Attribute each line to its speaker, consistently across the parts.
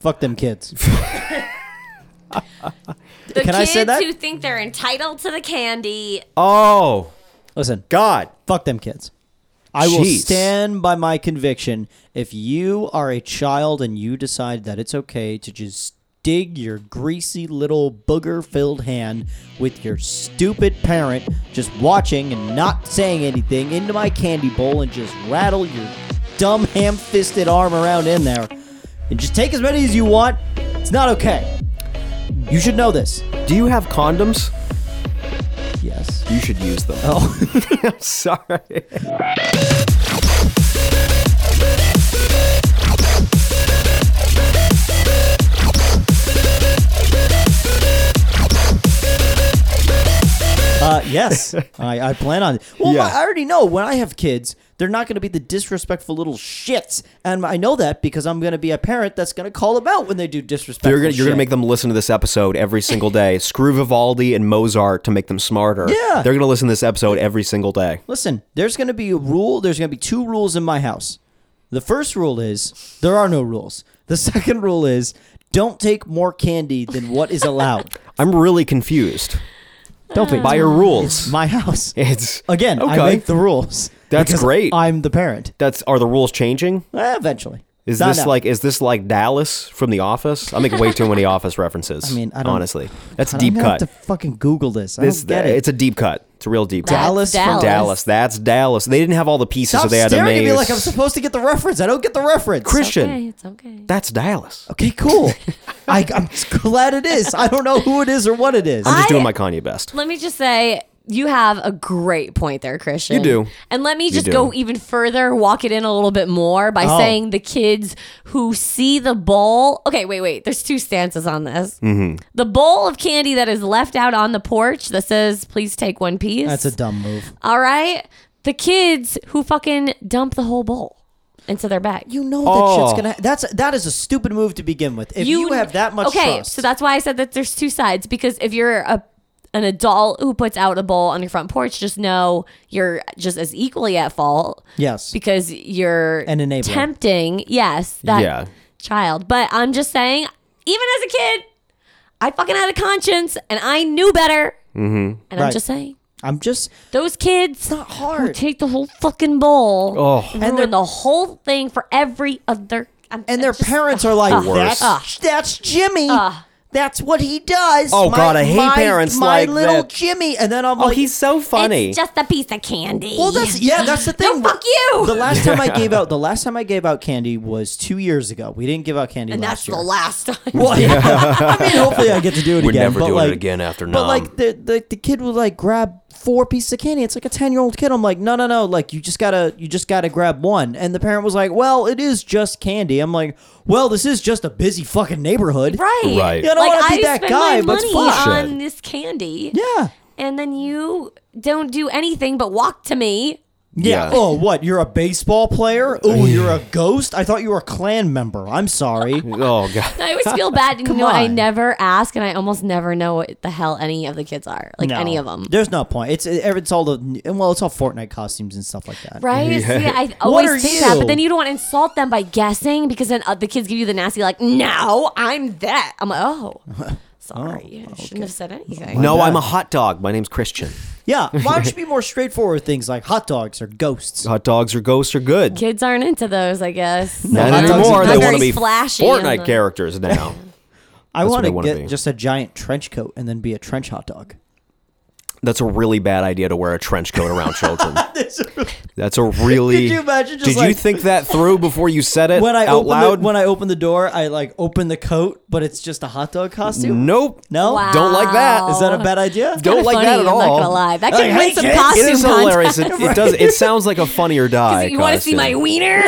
Speaker 1: Fuck them kids.
Speaker 2: The
Speaker 1: Can
Speaker 2: kids
Speaker 1: I say that?
Speaker 2: who think they're entitled to the candy.
Speaker 3: Oh
Speaker 1: Listen,
Speaker 3: God.
Speaker 1: fuck them kids. I will
Speaker 3: Jeez.
Speaker 1: stand by my conviction. If you are a child and you decide that it's okay to just dig your greasy little booger filled hand with your stupid parent just watching and not saying anything into my candy bowl and just rattle your dumb ham fisted arm around in there and just take as many as you want, it's not okay. You should know this.
Speaker 3: Do you have condoms?
Speaker 1: Yes.
Speaker 3: You should use them.
Speaker 1: Oh.
Speaker 3: I'm sorry.
Speaker 1: Uh, yes, I, I plan on. Well,
Speaker 3: Yeah.
Speaker 1: I already know when I have kids, they're not going to be the disrespectful little shits, and I know that because I'm going to be a parent that's going to call them out when they do disrespectful.
Speaker 3: You're gonna, you're gonna
Speaker 1: shit.
Speaker 3: make them listen to this episode every single day. Screw Vivaldi and Mozart to make them smarter.
Speaker 1: Yeah.
Speaker 3: they're gonna listen to this episode every single day.
Speaker 1: Listen, there's going to be a rule. There's going to be two rules in my house. The first rule is there are no rules. The second rule is don't take more candy than what is allowed.
Speaker 3: I'm really confused
Speaker 1: don't be
Speaker 3: by your rules.
Speaker 1: my house.
Speaker 3: It's
Speaker 1: Again, I
Speaker 3: okay.
Speaker 1: make the rules.
Speaker 3: That's
Speaker 1: because
Speaker 3: great.
Speaker 1: I'm the parent.
Speaker 3: That's are the rules changing?
Speaker 1: Eh, eventually.
Speaker 3: Is
Speaker 1: Not
Speaker 3: this
Speaker 1: now.
Speaker 3: like is this like Dallas from The Office? I'm making way too many Office references.
Speaker 1: I mean, I don't-
Speaker 3: honestly, that's a
Speaker 1: I'm
Speaker 3: deep
Speaker 1: gonna have
Speaker 3: cut.
Speaker 1: to fucking Google this. I
Speaker 3: This
Speaker 1: don't get it.
Speaker 3: it's a deep cut. It's a real deep cut.
Speaker 1: Dallas from-
Speaker 2: Dallas.
Speaker 3: Dallas. That's Dallas. They didn't have all the pieces,
Speaker 1: Stop
Speaker 3: so they had to
Speaker 1: staring
Speaker 3: make
Speaker 1: at me like I'm supposed to get the reference. I don't get the reference.
Speaker 3: Christian.
Speaker 2: Okay, it's okay.
Speaker 3: That's Dallas.
Speaker 1: Okay, cool. I, I'm glad it is. I don't know who it is or what it is.
Speaker 3: I'm just
Speaker 2: I-
Speaker 3: doing my Kanye best.
Speaker 2: Let me just say you have a great point there, Christian.
Speaker 3: You do.
Speaker 2: And let me just
Speaker 3: do.
Speaker 2: go even further, walk it in a little bit more by
Speaker 1: Oh.
Speaker 2: saying the kids who see the bowl. Okay, wait, wait. There's two stances on this.
Speaker 3: Mm-hmm.
Speaker 2: The bowl of candy that is left out on the porch that says, please take one piece.
Speaker 1: That's a dumb move.
Speaker 2: All right. The kids who fucking dump the whole bowl into their bag.
Speaker 1: You know that
Speaker 3: Oh.
Speaker 1: shit's gonna. That's that is a stupid move to begin with. If you, have that much
Speaker 2: okay
Speaker 1: trust,
Speaker 2: so that's why i said that there's two sides because if you're a an adult who puts out a bowl on your front porch just know you're just as equally at fault
Speaker 1: yes,
Speaker 2: because you're
Speaker 1: An enabler.
Speaker 2: tempting yes that
Speaker 3: Yeah.
Speaker 2: child but i'm just saying even as a kid i fucking had a conscience and i knew better mm-hmm. and i'm
Speaker 1: Right.
Speaker 2: just saying
Speaker 1: I'm just
Speaker 2: those kids
Speaker 1: not hard.
Speaker 2: take the whole fucking bowl
Speaker 3: Oh.
Speaker 2: and,
Speaker 1: And
Speaker 2: ruin the whole thing for every other I'm-
Speaker 1: and their
Speaker 2: just- Uh.
Speaker 1: parents are like,
Speaker 2: The
Speaker 1: that's,
Speaker 2: worst.
Speaker 1: that's Jimmy.
Speaker 2: Ah.
Speaker 1: that's what he does.
Speaker 3: Oh,
Speaker 1: My-
Speaker 3: God, I hate
Speaker 1: my-
Speaker 3: parents
Speaker 1: my
Speaker 3: like
Speaker 1: little
Speaker 3: that.
Speaker 1: Jimmy. And then I'm
Speaker 3: Oh,
Speaker 1: like,
Speaker 3: he's so funny.
Speaker 2: It's just a piece of candy.
Speaker 1: Well, that's yeah, that's the thing.
Speaker 2: fuck you.
Speaker 1: The last time I gave out, the last time I gave out candy was two years ago. We didn't give out candy
Speaker 2: and
Speaker 1: last
Speaker 2: that's
Speaker 1: year.
Speaker 2: the last time.
Speaker 1: Well, I mean, hopefully I get to do it
Speaker 3: We're
Speaker 1: again.
Speaker 3: never
Speaker 1: but
Speaker 3: doing it
Speaker 1: like,
Speaker 3: again Um, after
Speaker 1: But
Speaker 3: nom.
Speaker 1: like the, the the kid would like grab four pieces of candy. It's like a ten year old kid. I'm like, no, no, no. Like you just gotta you just gotta grab one. And the parent was like, well, it is just candy. I'm like, well, this is just a busy fucking neighborhood.
Speaker 2: right,
Speaker 3: Right.
Speaker 1: Yeah, I don't
Speaker 2: like
Speaker 1: wanna be
Speaker 2: I
Speaker 1: that
Speaker 2: spend
Speaker 1: guy,
Speaker 2: my
Speaker 1: but it's
Speaker 2: money
Speaker 1: fuck.
Speaker 2: on this candy,
Speaker 1: Yeah.
Speaker 2: and then you don't do anything but walk to me.
Speaker 1: Yeah.
Speaker 3: Yeah.
Speaker 1: Oh, what? You're a baseball player? Oh, you're a ghost? I thought you were a clan member. I'm sorry.
Speaker 3: oh God.
Speaker 2: I always feel bad. You
Speaker 1: Come
Speaker 2: know, I
Speaker 1: on.
Speaker 2: never ask, and I almost never know what the hell any of the kids are, like
Speaker 1: No.
Speaker 2: any of them.
Speaker 1: There's no point. It's it, it's all the well, it's all Fortnite costumes and stuff like that.
Speaker 2: Right? See, I
Speaker 1: are
Speaker 2: always think that,
Speaker 1: you?
Speaker 2: but then you don't want to insult them by guessing because then uh, the kids give you the nasty, like, no, I'm that. I'm like, oh, sorry. I shouldn't have said anything.
Speaker 3: No,
Speaker 1: bad.
Speaker 3: I'm a hot dog. My name's Christian.
Speaker 1: Yeah. Why don't you be more straightforward with things like hot dogs or ghosts?
Speaker 3: Hot dogs or ghosts are good.
Speaker 2: Kids aren't into those, I guess.
Speaker 3: Not
Speaker 1: hot dogs are
Speaker 3: anymore.
Speaker 1: good.
Speaker 3: They
Speaker 1: I'm
Speaker 3: want to
Speaker 2: very
Speaker 3: be
Speaker 2: flashy
Speaker 3: Fortnite
Speaker 2: and the-
Speaker 3: characters now.
Speaker 1: I
Speaker 3: That's what
Speaker 1: want
Speaker 3: I
Speaker 1: to
Speaker 3: wanna
Speaker 1: get
Speaker 3: be.
Speaker 1: just a giant trench coat and then be a trench hot dog.
Speaker 3: That's a really bad idea to wear a trench coat around children. That's a really.
Speaker 1: Could you imagine just
Speaker 3: Did you
Speaker 1: like-
Speaker 3: think that through before you said it
Speaker 1: When I
Speaker 3: out
Speaker 1: open
Speaker 3: loud?
Speaker 1: The, when I open the door, I like open the coat, but it's just a hot dog costume.
Speaker 3: nope.
Speaker 1: No,
Speaker 2: Wow.
Speaker 3: Don't like that.
Speaker 1: is that a bad idea?
Speaker 3: Don't
Speaker 2: Kinda
Speaker 3: like
Speaker 2: funny,
Speaker 3: that at all.
Speaker 2: I'm not gonna lie. That
Speaker 1: Like,
Speaker 2: could
Speaker 1: hey,
Speaker 2: win some
Speaker 1: kids,
Speaker 3: It is
Speaker 2: costume
Speaker 3: hilarious.
Speaker 2: contest.
Speaker 3: It, it does. It sounds like a funny or die.
Speaker 2: You want to see my
Speaker 3: costume.
Speaker 2: wiener?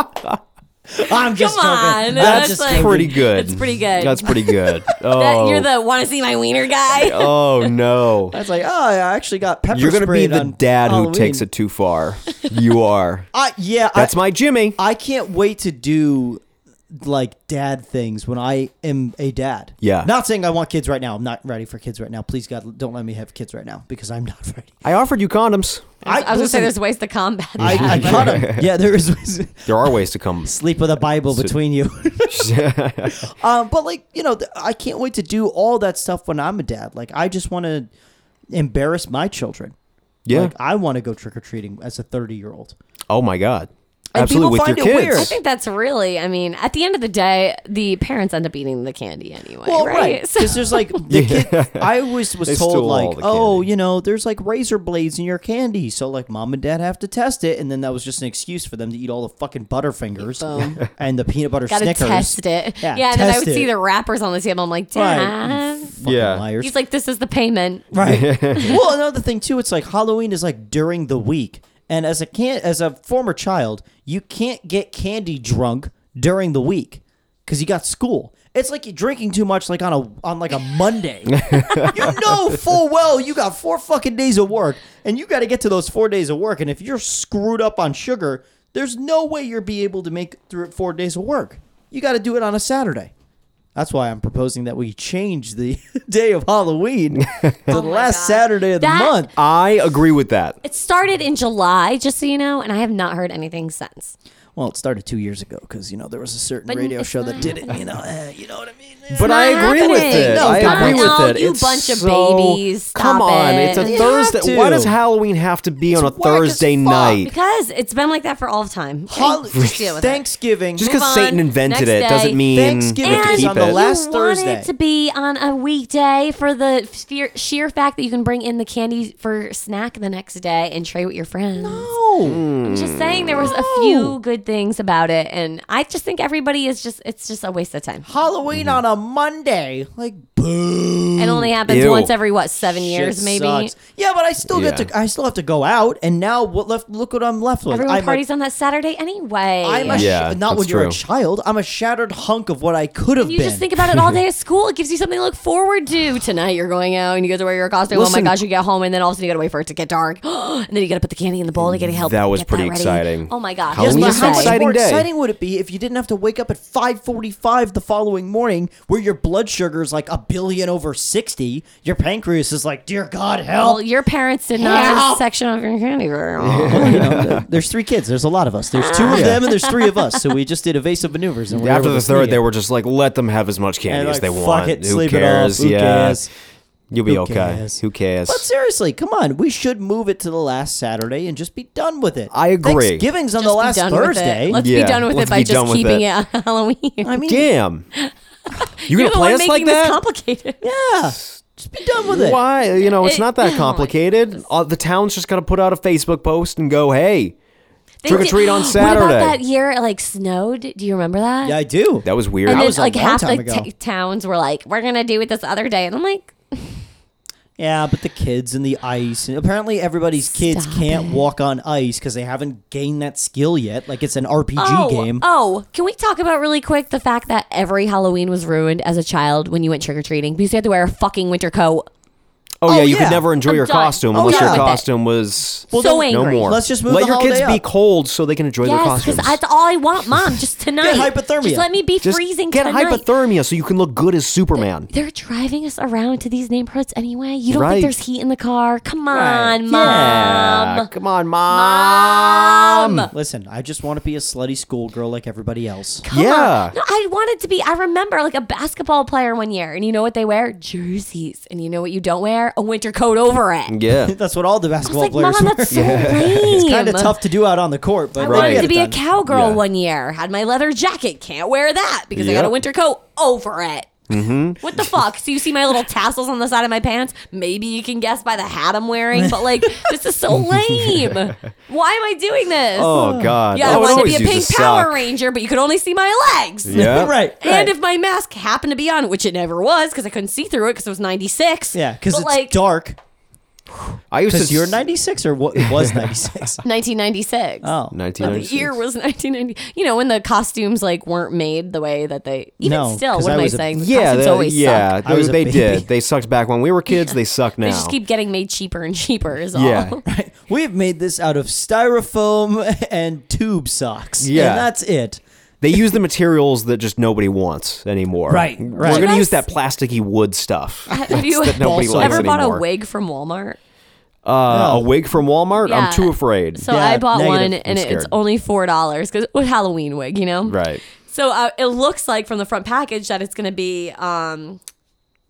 Speaker 1: I'm just
Speaker 2: Come
Speaker 1: joking.
Speaker 2: on.
Speaker 1: I'm
Speaker 2: That's
Speaker 1: just
Speaker 2: like-
Speaker 1: joking.
Speaker 3: Pretty good.
Speaker 2: It's pretty good.
Speaker 3: That's pretty good. Oh,
Speaker 2: That- You're the want to see my wiener guy.
Speaker 3: oh no.
Speaker 1: That's like, oh, I actually got pepper
Speaker 3: You're gonna be
Speaker 1: sprayed
Speaker 3: the
Speaker 1: on
Speaker 3: dad who
Speaker 1: Halloween.
Speaker 3: takes it too far. You are.
Speaker 1: I, yeah,
Speaker 3: That's
Speaker 1: I,
Speaker 3: my Jimmy.
Speaker 1: I can't wait to do like dad things when I am a dad.
Speaker 3: Yeah.
Speaker 1: Not saying I want kids right now. I'm not ready for kids right now. Please God, don't let me have kids right now because I'm not ready.
Speaker 3: I offered you condoms.
Speaker 2: I, was gonna say
Speaker 1: listen,
Speaker 2: there's ways to combat
Speaker 1: I,
Speaker 2: that.
Speaker 1: I caught him. Yeah, there is
Speaker 3: There are ways to come.
Speaker 1: sleep with a Bible between you. um, but like you know, th- I can't wait to do all that stuff when I'm a dad. Like I just want to embarrass my children.
Speaker 3: Yeah.
Speaker 1: Like I want to go trick or treating as a 30 year old.
Speaker 3: oh my God.
Speaker 1: And people
Speaker 3: Absolutely. With your
Speaker 1: find it weird.
Speaker 3: kids.
Speaker 1: I
Speaker 2: I think that's really, I mean, at the end of the day, the parents end up eating the candy anyway, right? So,
Speaker 1: Because there's like the kid, I always was
Speaker 3: They
Speaker 1: told
Speaker 3: steal all
Speaker 1: like,
Speaker 3: the
Speaker 1: oh,
Speaker 3: candy.
Speaker 1: you know, there's like razor blades in your candy, so like mom and dad have to test it, and then that was just an excuse for them to eat all the fucking Butterfingers and the peanut butter
Speaker 2: gotta
Speaker 1: Snickers.
Speaker 2: test it.
Speaker 1: Yeah,
Speaker 2: Yeah, and then I
Speaker 1: test
Speaker 2: would see
Speaker 1: it.
Speaker 2: the wrappers on the table. I'm like,
Speaker 1: Right.
Speaker 2: damn.
Speaker 1: you fucking
Speaker 3: Yeah.
Speaker 1: Liars.
Speaker 2: He's like, this is the payment.
Speaker 1: Right. well, another thing too, it's like Halloween is like during the week, and as a can as a former child, you can't get candy drunk during the week because you got school. It's like you're drinking too much, like on a on like a Monday. you know full well you got four fucking days of work, and you got to get to those four days of work. And if you're screwed up on sugar, there's no way you're be able to make it through four days of work. You got to do it on a Saturday. That's why I'm proposing that we change the day of Halloween to the last Saturday of the
Speaker 2: Oh That-
Speaker 1: month.
Speaker 3: I agree with that.
Speaker 2: It started in July, just so you know, and I have not heard anything since.
Speaker 1: Well, it started two years ago because you know there was a certain
Speaker 2: But
Speaker 1: radio
Speaker 2: it's
Speaker 1: show
Speaker 2: not
Speaker 1: that did it. You know, eh, you know what I mean. Eh.
Speaker 3: But
Speaker 2: not
Speaker 3: I agree with
Speaker 2: happening.
Speaker 3: it.
Speaker 1: No,
Speaker 3: I
Speaker 1: it's not.
Speaker 3: agree
Speaker 2: No,
Speaker 3: with it.
Speaker 2: you
Speaker 3: it's
Speaker 2: bunch of
Speaker 3: so-
Speaker 2: babies.
Speaker 3: Come
Speaker 2: Stop
Speaker 3: on.
Speaker 2: it.
Speaker 3: It's a
Speaker 2: You
Speaker 1: have
Speaker 3: Thursday.
Speaker 1: to.
Speaker 3: Why does Halloween have to be on a
Speaker 1: It's whack as
Speaker 3: Thursday
Speaker 1: fuck.
Speaker 3: night?
Speaker 2: Because it's been like that for all of time. Okay?
Speaker 1: Hol-
Speaker 2: Just deal with it.
Speaker 1: Thanksgiving.
Speaker 3: Just
Speaker 2: Move
Speaker 3: because
Speaker 2: on.
Speaker 3: Satan invented
Speaker 2: Next
Speaker 3: it doesn't
Speaker 2: day.
Speaker 3: mean
Speaker 1: Thanksgiving
Speaker 3: to
Speaker 1: is
Speaker 3: keep
Speaker 1: on the
Speaker 3: it.
Speaker 1: last-
Speaker 2: you
Speaker 1: Thursday.
Speaker 2: want it to be on a weekday for the fear, sheer fact that you can bring in the candy for snack the next day and trade with your friends.
Speaker 1: Oh,
Speaker 2: I'm just saying there was a few good things about it, and I just think everybody is just it's just a waste of time.
Speaker 1: Halloween on a Monday, like boo.
Speaker 2: It only happens
Speaker 3: Ew.
Speaker 2: once every what seven years
Speaker 1: Shit
Speaker 2: maybe.
Speaker 1: sucks. Yeah, but I still
Speaker 3: Yeah.
Speaker 1: get to. I still have to go out, and now what left? Look what I'm left with.
Speaker 2: Everyone
Speaker 1: I'm a
Speaker 2: parties on that Saturday anyway.
Speaker 1: I'm a
Speaker 3: Yeah,
Speaker 1: sh- not when
Speaker 3: that's
Speaker 1: you're a
Speaker 3: true.
Speaker 1: child. I'm a shattered hunk of what I could have
Speaker 2: you
Speaker 1: been.
Speaker 2: just think about it all day at school. It gives you something to look forward to. Tonight you're going out and you get to wear your costume. oh
Speaker 3: Listen-
Speaker 2: my gosh, you get home and then all of a sudden you gotta wait for it to get dark. and then you gotta put the candy in the bowl and you gotta help.
Speaker 3: That was
Speaker 2: get
Speaker 3: pretty
Speaker 2: ready.
Speaker 3: exciting.
Speaker 2: Oh my
Speaker 1: Yes,
Speaker 2: gosh.
Speaker 3: Halloween
Speaker 1: but
Speaker 3: is an
Speaker 1: how much
Speaker 3: exciting
Speaker 1: more
Speaker 3: day.
Speaker 1: exciting would it be if you didn't have to wake up at 5:45 the following morning, where your blood sugar is like a billion over 60, your pancreas is like, dear God,
Speaker 2: Well,
Speaker 1: help!
Speaker 2: your parents did not have a section of your candy very well.
Speaker 1: You know, th- there's three kids. There's a lot of us. There's two of them, and there's three of us. So we just did evasive maneuvers, and we're
Speaker 3: After
Speaker 1: able
Speaker 3: the
Speaker 1: to sneak
Speaker 3: third,
Speaker 1: it.
Speaker 3: they were just like, let them have as much
Speaker 1: And
Speaker 3: candy
Speaker 1: like,
Speaker 3: as they
Speaker 1: fuck
Speaker 3: want.
Speaker 1: it,
Speaker 3: Who
Speaker 1: sleep
Speaker 3: cares?
Speaker 1: it off. Who
Speaker 3: yeah.
Speaker 1: cares?
Speaker 3: You'll be
Speaker 1: Who
Speaker 3: okay.
Speaker 1: cares?
Speaker 3: Who cares?
Speaker 1: But seriously, come on. We should move it to the last Saturday and just be done with it.
Speaker 3: I agree.
Speaker 1: Thanksgiving's on the last
Speaker 2: Just be done with it.
Speaker 1: Thursday.
Speaker 2: Let's
Speaker 3: Yeah,
Speaker 2: be done with it
Speaker 3: let's
Speaker 2: by
Speaker 3: be done
Speaker 2: just
Speaker 3: with
Speaker 2: keeping
Speaker 3: it.
Speaker 2: it on Halloween.
Speaker 1: I mean,
Speaker 3: Damn.
Speaker 2: You're
Speaker 3: You gonna
Speaker 2: the
Speaker 3: play
Speaker 2: one
Speaker 3: us
Speaker 2: making
Speaker 3: like
Speaker 2: this
Speaker 3: that?
Speaker 2: complicated.
Speaker 1: yeah. Just be done with it.
Speaker 3: Why? You know, it's
Speaker 2: It-
Speaker 3: not
Speaker 2: oh
Speaker 3: that
Speaker 2: my
Speaker 3: complicated. Uh, the town's just gonna put out a Facebook post and go, "Hey,
Speaker 2: They
Speaker 3: Trick or
Speaker 2: did-
Speaker 3: treat on
Speaker 2: What
Speaker 3: Saturday.
Speaker 2: about that year it like snowed? Do you remember that?
Speaker 1: Yeah, I do.
Speaker 3: that was weird."
Speaker 2: And
Speaker 1: That
Speaker 2: then
Speaker 1: was a
Speaker 2: like
Speaker 1: long
Speaker 2: half
Speaker 1: time
Speaker 2: the
Speaker 1: ago.
Speaker 2: t- towns were like, "We're gonna do it this other day," and I'm like,
Speaker 1: Yeah, but the kids and the ice, and apparently everybody's kids
Speaker 2: Stop
Speaker 1: can't
Speaker 2: it.
Speaker 1: walk on ice because they haven't gained that skill yet. Like it's an RPG
Speaker 2: "Oh,
Speaker 1: game.
Speaker 2: oh." Can we talk about really quick the fact that every Halloween was ruined as a child when you went trick or treating because you had to wear a fucking winter coat?
Speaker 3: oh,
Speaker 1: Oh,
Speaker 3: yeah, you
Speaker 1: yeah.
Speaker 3: could never enjoy
Speaker 2: I'm
Speaker 3: your
Speaker 2: done.
Speaker 3: costume
Speaker 1: Oh,
Speaker 3: unless
Speaker 1: yeah.
Speaker 3: your
Speaker 2: With it.
Speaker 3: costume was
Speaker 1: Well,
Speaker 2: so
Speaker 1: then-
Speaker 3: no
Speaker 2: angry.
Speaker 3: more.
Speaker 1: Let's just move
Speaker 3: let
Speaker 1: the
Speaker 3: your kids
Speaker 1: holiday
Speaker 3: be
Speaker 1: up.
Speaker 3: cold so they can enjoy their
Speaker 2: Yes,
Speaker 3: costumes.
Speaker 2: because that's all I want, Mom. Just tonight.
Speaker 1: hypothermia.
Speaker 2: Just let me be
Speaker 3: just
Speaker 2: freezing
Speaker 3: get
Speaker 2: tonight.
Speaker 3: hypothermia so you can look good as Superman.
Speaker 2: They're driving us around to these neighborhoods anyway. You don't
Speaker 3: Right.
Speaker 2: think there's heat in the car? Come
Speaker 1: Right.
Speaker 2: on, Mom.
Speaker 3: Yeah, come on,
Speaker 2: um,
Speaker 3: mom.
Speaker 1: Mm, Listen, I just want to be a slutty schoolgirl like everybody else.
Speaker 2: Come on.
Speaker 3: Yeah.
Speaker 2: No, I wanted to be. I remember like a basketball player one year, and you know what they wear? Jerseys. And you know what you don't wear? A winter coat over it.
Speaker 3: Yeah.
Speaker 1: That's what all the
Speaker 2: I was
Speaker 1: basketball
Speaker 2: like,
Speaker 1: players.
Speaker 2: Mom, that's so lame.
Speaker 1: it's kind of tough to do out on the court, but
Speaker 2: I
Speaker 1: we
Speaker 2: wanted
Speaker 1: get
Speaker 2: to
Speaker 1: it
Speaker 2: be a
Speaker 1: done.
Speaker 2: cowgirl
Speaker 3: Yeah.
Speaker 2: one year. Had my leather jacket. Can't wear that because I got a
Speaker 3: Yep. Mm-hmm.
Speaker 2: winter coat over it. What the fuck? So you see my little tassels on the side of my pants? Maybe you can guess by the hat I'm wearing, but like this is so lame. Why am I doing this?
Speaker 3: Oh God.
Speaker 2: yeah, I
Speaker 3: That would
Speaker 2: wanted to be
Speaker 3: always
Speaker 2: a
Speaker 3: used
Speaker 2: pink
Speaker 3: suck.
Speaker 2: Power Ranger, but you could only see my legs.
Speaker 3: Yeah.
Speaker 1: right, right.
Speaker 2: And if my mask happened to be on, which it never was because I couldn't see through it because it was 96.
Speaker 1: yeah, because
Speaker 2: But,
Speaker 1: it's dark.
Speaker 3: I used
Speaker 1: Because
Speaker 3: to.
Speaker 1: you're 96 or what? It was 96.
Speaker 2: 1996.
Speaker 1: oh,
Speaker 2: The
Speaker 3: 1996.
Speaker 2: year was 1990. You know, when the costumes like weren't made the way that they. Even
Speaker 1: No,
Speaker 2: still,
Speaker 1: 'cause
Speaker 2: what
Speaker 1: I
Speaker 2: am I
Speaker 1: was a-
Speaker 2: saying? The
Speaker 3: Yeah,
Speaker 2: costumes
Speaker 3: they,
Speaker 2: always
Speaker 3: yeah,
Speaker 2: suck.
Speaker 1: I was a
Speaker 3: they
Speaker 1: baby.
Speaker 3: did. They sucked back when we were kids. They suck now.
Speaker 2: They just keep getting made cheaper and cheaper, is all.
Speaker 3: Yeah.
Speaker 1: We've made this out of styrofoam and tube socks.
Speaker 3: Yeah.
Speaker 1: And that's it.
Speaker 3: They use the materials that just nobody wants anymore.
Speaker 4: Right,
Speaker 3: We're
Speaker 1: right.
Speaker 3: going to
Speaker 2: Yes.
Speaker 3: use that plasticky wood stuff.
Speaker 2: Have you
Speaker 3: that nobody
Speaker 1: Also-
Speaker 3: likes
Speaker 2: ever bought a
Speaker 3: anymore.
Speaker 2: wig from Walmart?
Speaker 3: Uh,
Speaker 1: Oh.
Speaker 3: A wig from Walmart?
Speaker 2: Yeah.
Speaker 3: I'm too afraid.
Speaker 2: So
Speaker 1: Yeah,
Speaker 2: I bought one,
Speaker 1: negative.
Speaker 2: and
Speaker 3: I'm
Speaker 2: it's
Speaker 3: scared.
Speaker 2: only four dollars because a Halloween wig, you know.
Speaker 3: right.
Speaker 2: So uh, it looks like from the front package that it's going to be um,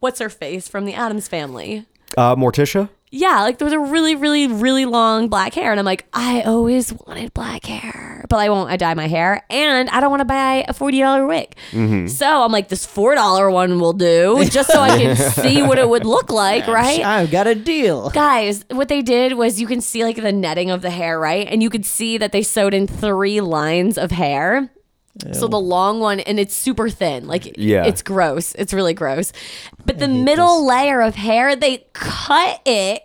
Speaker 2: what's her face from the Adams Family.
Speaker 3: Uh, Morticia?
Speaker 2: Yeah, like there was a really, really, really long black hair, and I'm like, I always wanted black hair, but I won't. I dye my hair, and I don't want to buy a forty dollar wig. So I'm like, this four dollar one will do, just so I can see what it would look like, right?
Speaker 1: I've got a deal.
Speaker 2: guys what they did was you can see like the netting of the hair right and you could see that they sewed in three lines of hair so the long one and it's super thin like
Speaker 3: Yeah.
Speaker 2: it's gross it's really gross but the middle layer of hair they cut it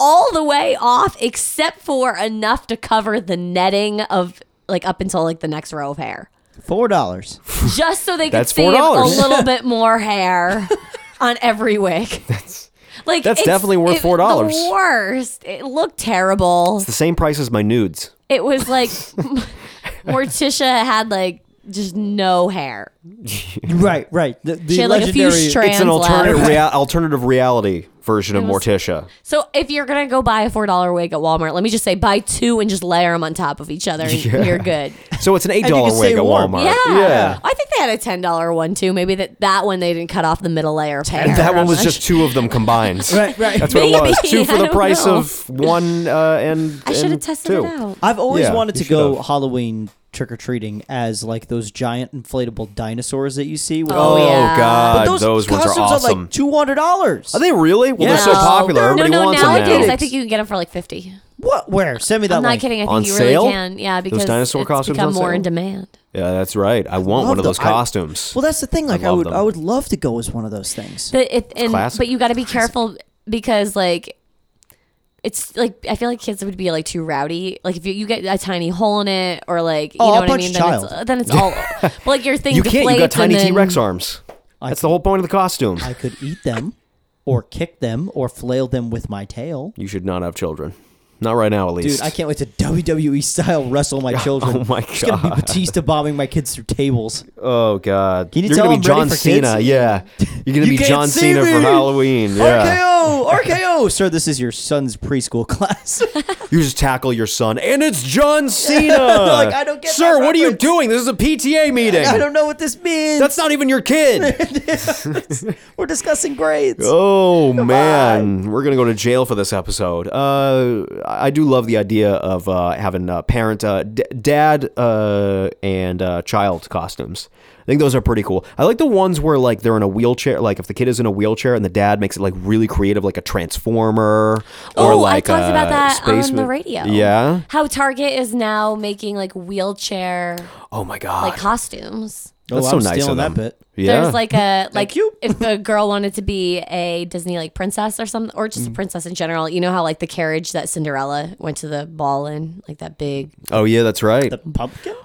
Speaker 2: all the way off except for enough to cover the netting of like up until like the next row of hair
Speaker 1: Four dollars.
Speaker 2: just so they could
Speaker 3: That's
Speaker 2: save a
Speaker 3: $4.
Speaker 2: little bit more hair on every wig. That's like
Speaker 3: that's
Speaker 2: it's-
Speaker 3: definitely worth
Speaker 2: it-
Speaker 3: $4.
Speaker 2: The worst. It looked terrible.
Speaker 3: The same price as my nudes.
Speaker 2: It was like Morticia had like just no hair.
Speaker 1: Right, right. The, the
Speaker 2: She had like a few
Speaker 1: legendary.
Speaker 2: strands
Speaker 3: It's an alternative,
Speaker 2: left.
Speaker 3: rea- alternative reality version of Morticia.
Speaker 2: So if you're gonna go buy a four dollar wig at Walmart, let me just say buy two and just layer them on top of each other, and you're good.
Speaker 3: So it's an eight dollar
Speaker 1: can
Speaker 3: wig
Speaker 1: say
Speaker 3: at
Speaker 1: warm.
Speaker 3: Walmart.
Speaker 2: Yeah.
Speaker 3: yeah.
Speaker 2: I think they had a ten dollar one too. Maybe that that one they didn't cut off the middle layer of hair.
Speaker 3: And that one was just two of them combined.
Speaker 1: Right, right.
Speaker 3: That's what it
Speaker 2: Maybe,
Speaker 3: was. Two
Speaker 2: I
Speaker 3: for the
Speaker 2: don't
Speaker 3: price
Speaker 2: know.
Speaker 3: of one uh, and.
Speaker 2: I should have
Speaker 3: and
Speaker 2: tested
Speaker 3: two.
Speaker 2: it out.
Speaker 1: I've always
Speaker 3: Yeah,
Speaker 1: wanted
Speaker 3: you
Speaker 1: to go
Speaker 3: should've.
Speaker 1: Halloween trick or treating as like those giant inflatable dinosaurs that you see. With
Speaker 2: Oh,
Speaker 3: Oh,
Speaker 2: yeah.
Speaker 3: God.
Speaker 1: But
Speaker 3: Those,
Speaker 1: those,
Speaker 3: ones
Speaker 1: costumes
Speaker 3: are awesome.
Speaker 1: like two hundred dollars.
Speaker 3: Are they really? Well,
Speaker 1: Yeah.
Speaker 3: they're so popular.
Speaker 2: No,
Speaker 3: Everybody
Speaker 2: no,
Speaker 3: wants
Speaker 2: nowadays
Speaker 3: them now.
Speaker 2: I think you can get them for like fifty.
Speaker 1: What? Where? Send me that
Speaker 2: I'm not
Speaker 1: link.
Speaker 2: kidding. I think
Speaker 3: On
Speaker 2: you
Speaker 3: sale?
Speaker 2: really can. Yeah, because
Speaker 3: dinosaur
Speaker 2: it's
Speaker 3: costumes
Speaker 2: become
Speaker 3: on
Speaker 2: more
Speaker 3: sale?
Speaker 2: in demand.
Speaker 3: yeah, that's right. I want one
Speaker 1: Love
Speaker 3: of those
Speaker 1: the- I-
Speaker 3: costumes.
Speaker 1: Well, that's the thing. Like, I,
Speaker 3: love
Speaker 1: would,
Speaker 3: them.
Speaker 1: I would love to go as one of those things.
Speaker 2: But it, and
Speaker 3: classic.
Speaker 2: but you got to be careful because like it's like I feel like kids would be like too rowdy. Like if you, you get a tiny hole in it or like you
Speaker 1: Oh,
Speaker 2: know
Speaker 1: I'll
Speaker 2: what
Speaker 1: punch
Speaker 2: I mean,
Speaker 1: a
Speaker 2: then
Speaker 1: child.
Speaker 2: it's, then it's all well, like your thing.
Speaker 3: you can't. You got
Speaker 2: deflates and
Speaker 3: tiny
Speaker 2: then-
Speaker 3: T Rex arms. That's the whole point of the costume.
Speaker 1: I could eat them, or kick them, or flail them with my tail.
Speaker 3: You should not have children. Not right now, at least.
Speaker 1: Dude, I can't wait to WWE style wrestle my children.
Speaker 3: Oh my
Speaker 1: It's gonna be
Speaker 3: God.
Speaker 1: Batista bombing my kids through tables.
Speaker 3: Oh God.
Speaker 1: Can you
Speaker 3: are
Speaker 1: tell
Speaker 3: gonna
Speaker 1: I'm
Speaker 3: be
Speaker 1: ready
Speaker 3: John
Speaker 1: for kids?
Speaker 3: Cena. Yeah. You're gonna
Speaker 1: You
Speaker 3: be
Speaker 1: can't
Speaker 3: John
Speaker 1: see
Speaker 3: Cena for
Speaker 1: me!
Speaker 3: Halloween. Yeah.
Speaker 1: RKO, RKO, sir. This is your son's preschool class.
Speaker 3: You just tackle your son, and it's John Cena.
Speaker 1: Like, I don't get
Speaker 3: Sir,
Speaker 1: that
Speaker 3: what are you
Speaker 1: reference.
Speaker 3: doing? This is a PTA meeting.
Speaker 1: I don't know what this means.
Speaker 3: That's not even your kid.
Speaker 1: We're discussing grades.
Speaker 3: oh man, we're gonna go to jail for this episode. Uh, I do love the idea of uh, having uh, parent, uh, d- dad, uh, and uh, child costumes. I think those are pretty cool. I like the ones where like they're in a wheelchair. Like if the kid is in a wheelchair and the dad makes it like really creative, like a transformer or
Speaker 2: Oh,
Speaker 3: like
Speaker 2: I talked
Speaker 3: a
Speaker 2: about that
Speaker 3: space
Speaker 2: on the
Speaker 3: mo-
Speaker 2: radio.
Speaker 3: Yeah.
Speaker 2: how Target is now making like wheelchair
Speaker 3: Oh my god,
Speaker 2: like costumes.
Speaker 3: that's
Speaker 1: oh,
Speaker 3: so
Speaker 1: I'm
Speaker 3: nice
Speaker 1: stealing
Speaker 3: of
Speaker 1: that
Speaker 3: them.
Speaker 1: bit.
Speaker 3: Yeah.
Speaker 2: There's like a like
Speaker 1: you.
Speaker 2: if a girl wanted to be a Disney like princess or something or
Speaker 3: Mm.
Speaker 2: just a princess in general, you know how like the carriage that Cinderella went to the ball in, like that big
Speaker 3: oh yeah, that's right.
Speaker 1: The pumpkin.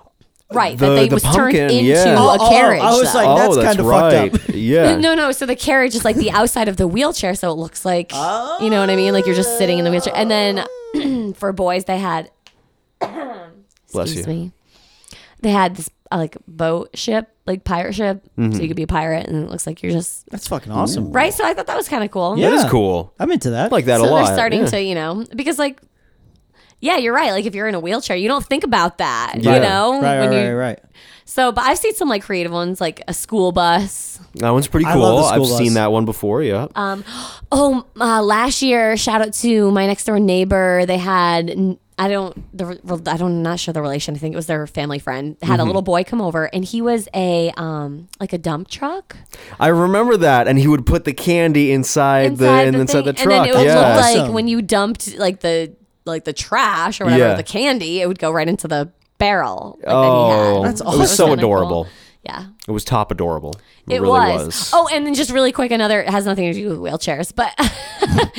Speaker 2: right
Speaker 3: The-
Speaker 2: that they
Speaker 3: the
Speaker 2: was
Speaker 3: pumpkin,
Speaker 2: turned into
Speaker 3: yeah.
Speaker 1: Oh,
Speaker 2: a
Speaker 1: oh,
Speaker 2: carriage.
Speaker 1: I was
Speaker 2: though.
Speaker 1: like,
Speaker 3: oh,
Speaker 1: that's
Speaker 3: that's
Speaker 1: kinda
Speaker 3: right.
Speaker 1: fucked
Speaker 3: yeah.
Speaker 2: No, no. So the carriage is like the outside of the wheelchair, so it looks like you know what I mean. Like you're just sitting in the wheelchair. And then for boys, they had
Speaker 3: Bless
Speaker 2: excuse
Speaker 3: you.
Speaker 2: me, they had this uh, like boat ship, like pirate ship,
Speaker 3: Mm-hmm.
Speaker 2: so you could be a pirate, and it looks like you're just
Speaker 1: That's fucking awesome.
Speaker 2: right. So I thought that was kind of cool.
Speaker 1: Yeah.
Speaker 3: That is cool.
Speaker 1: I'm into that.
Speaker 3: I like that
Speaker 2: so
Speaker 3: a lot.
Speaker 2: they're starting
Speaker 3: yeah.
Speaker 2: to you know because like yeah you're right like if you're in a wheelchair you don't think about that
Speaker 3: Right.
Speaker 2: you know
Speaker 1: Right, right,
Speaker 2: When
Speaker 1: right,
Speaker 2: you-
Speaker 1: right.
Speaker 2: so but i've seen some like creative ones like a school bus
Speaker 3: That one's pretty
Speaker 1: I
Speaker 3: cool.
Speaker 1: love the
Speaker 3: I've
Speaker 1: school bus.
Speaker 3: seen that one before. Yeah.
Speaker 2: Uh, oh uh, last year shout out to my next door neighbor they had n- i don't the, re- i don't I'm not sure the relation i think it was their family friend had
Speaker 3: Mm-hmm.
Speaker 2: a little boy come over and he was a um like a dump truck
Speaker 3: I remember that, and he would put the candy inside, the,
Speaker 2: inside
Speaker 3: and
Speaker 2: the
Speaker 3: inside the
Speaker 2: thing, and
Speaker 3: truck.
Speaker 2: then it would
Speaker 3: yeah.
Speaker 2: look like
Speaker 1: Awesome.
Speaker 2: when you dumped like the like the trash or whatever
Speaker 3: Yeah.
Speaker 2: the candy, it would go right into the barrel. Like, that he
Speaker 3: oh,
Speaker 2: had.
Speaker 3: that's
Speaker 1: awesome.
Speaker 3: it was so
Speaker 2: kinda cool.
Speaker 3: adorable.
Speaker 2: Yeah.
Speaker 3: It was top adorable. It,
Speaker 2: It
Speaker 3: really
Speaker 2: was.
Speaker 3: was.
Speaker 2: Oh, and then just really quick, another it has nothing to do with wheelchairs, but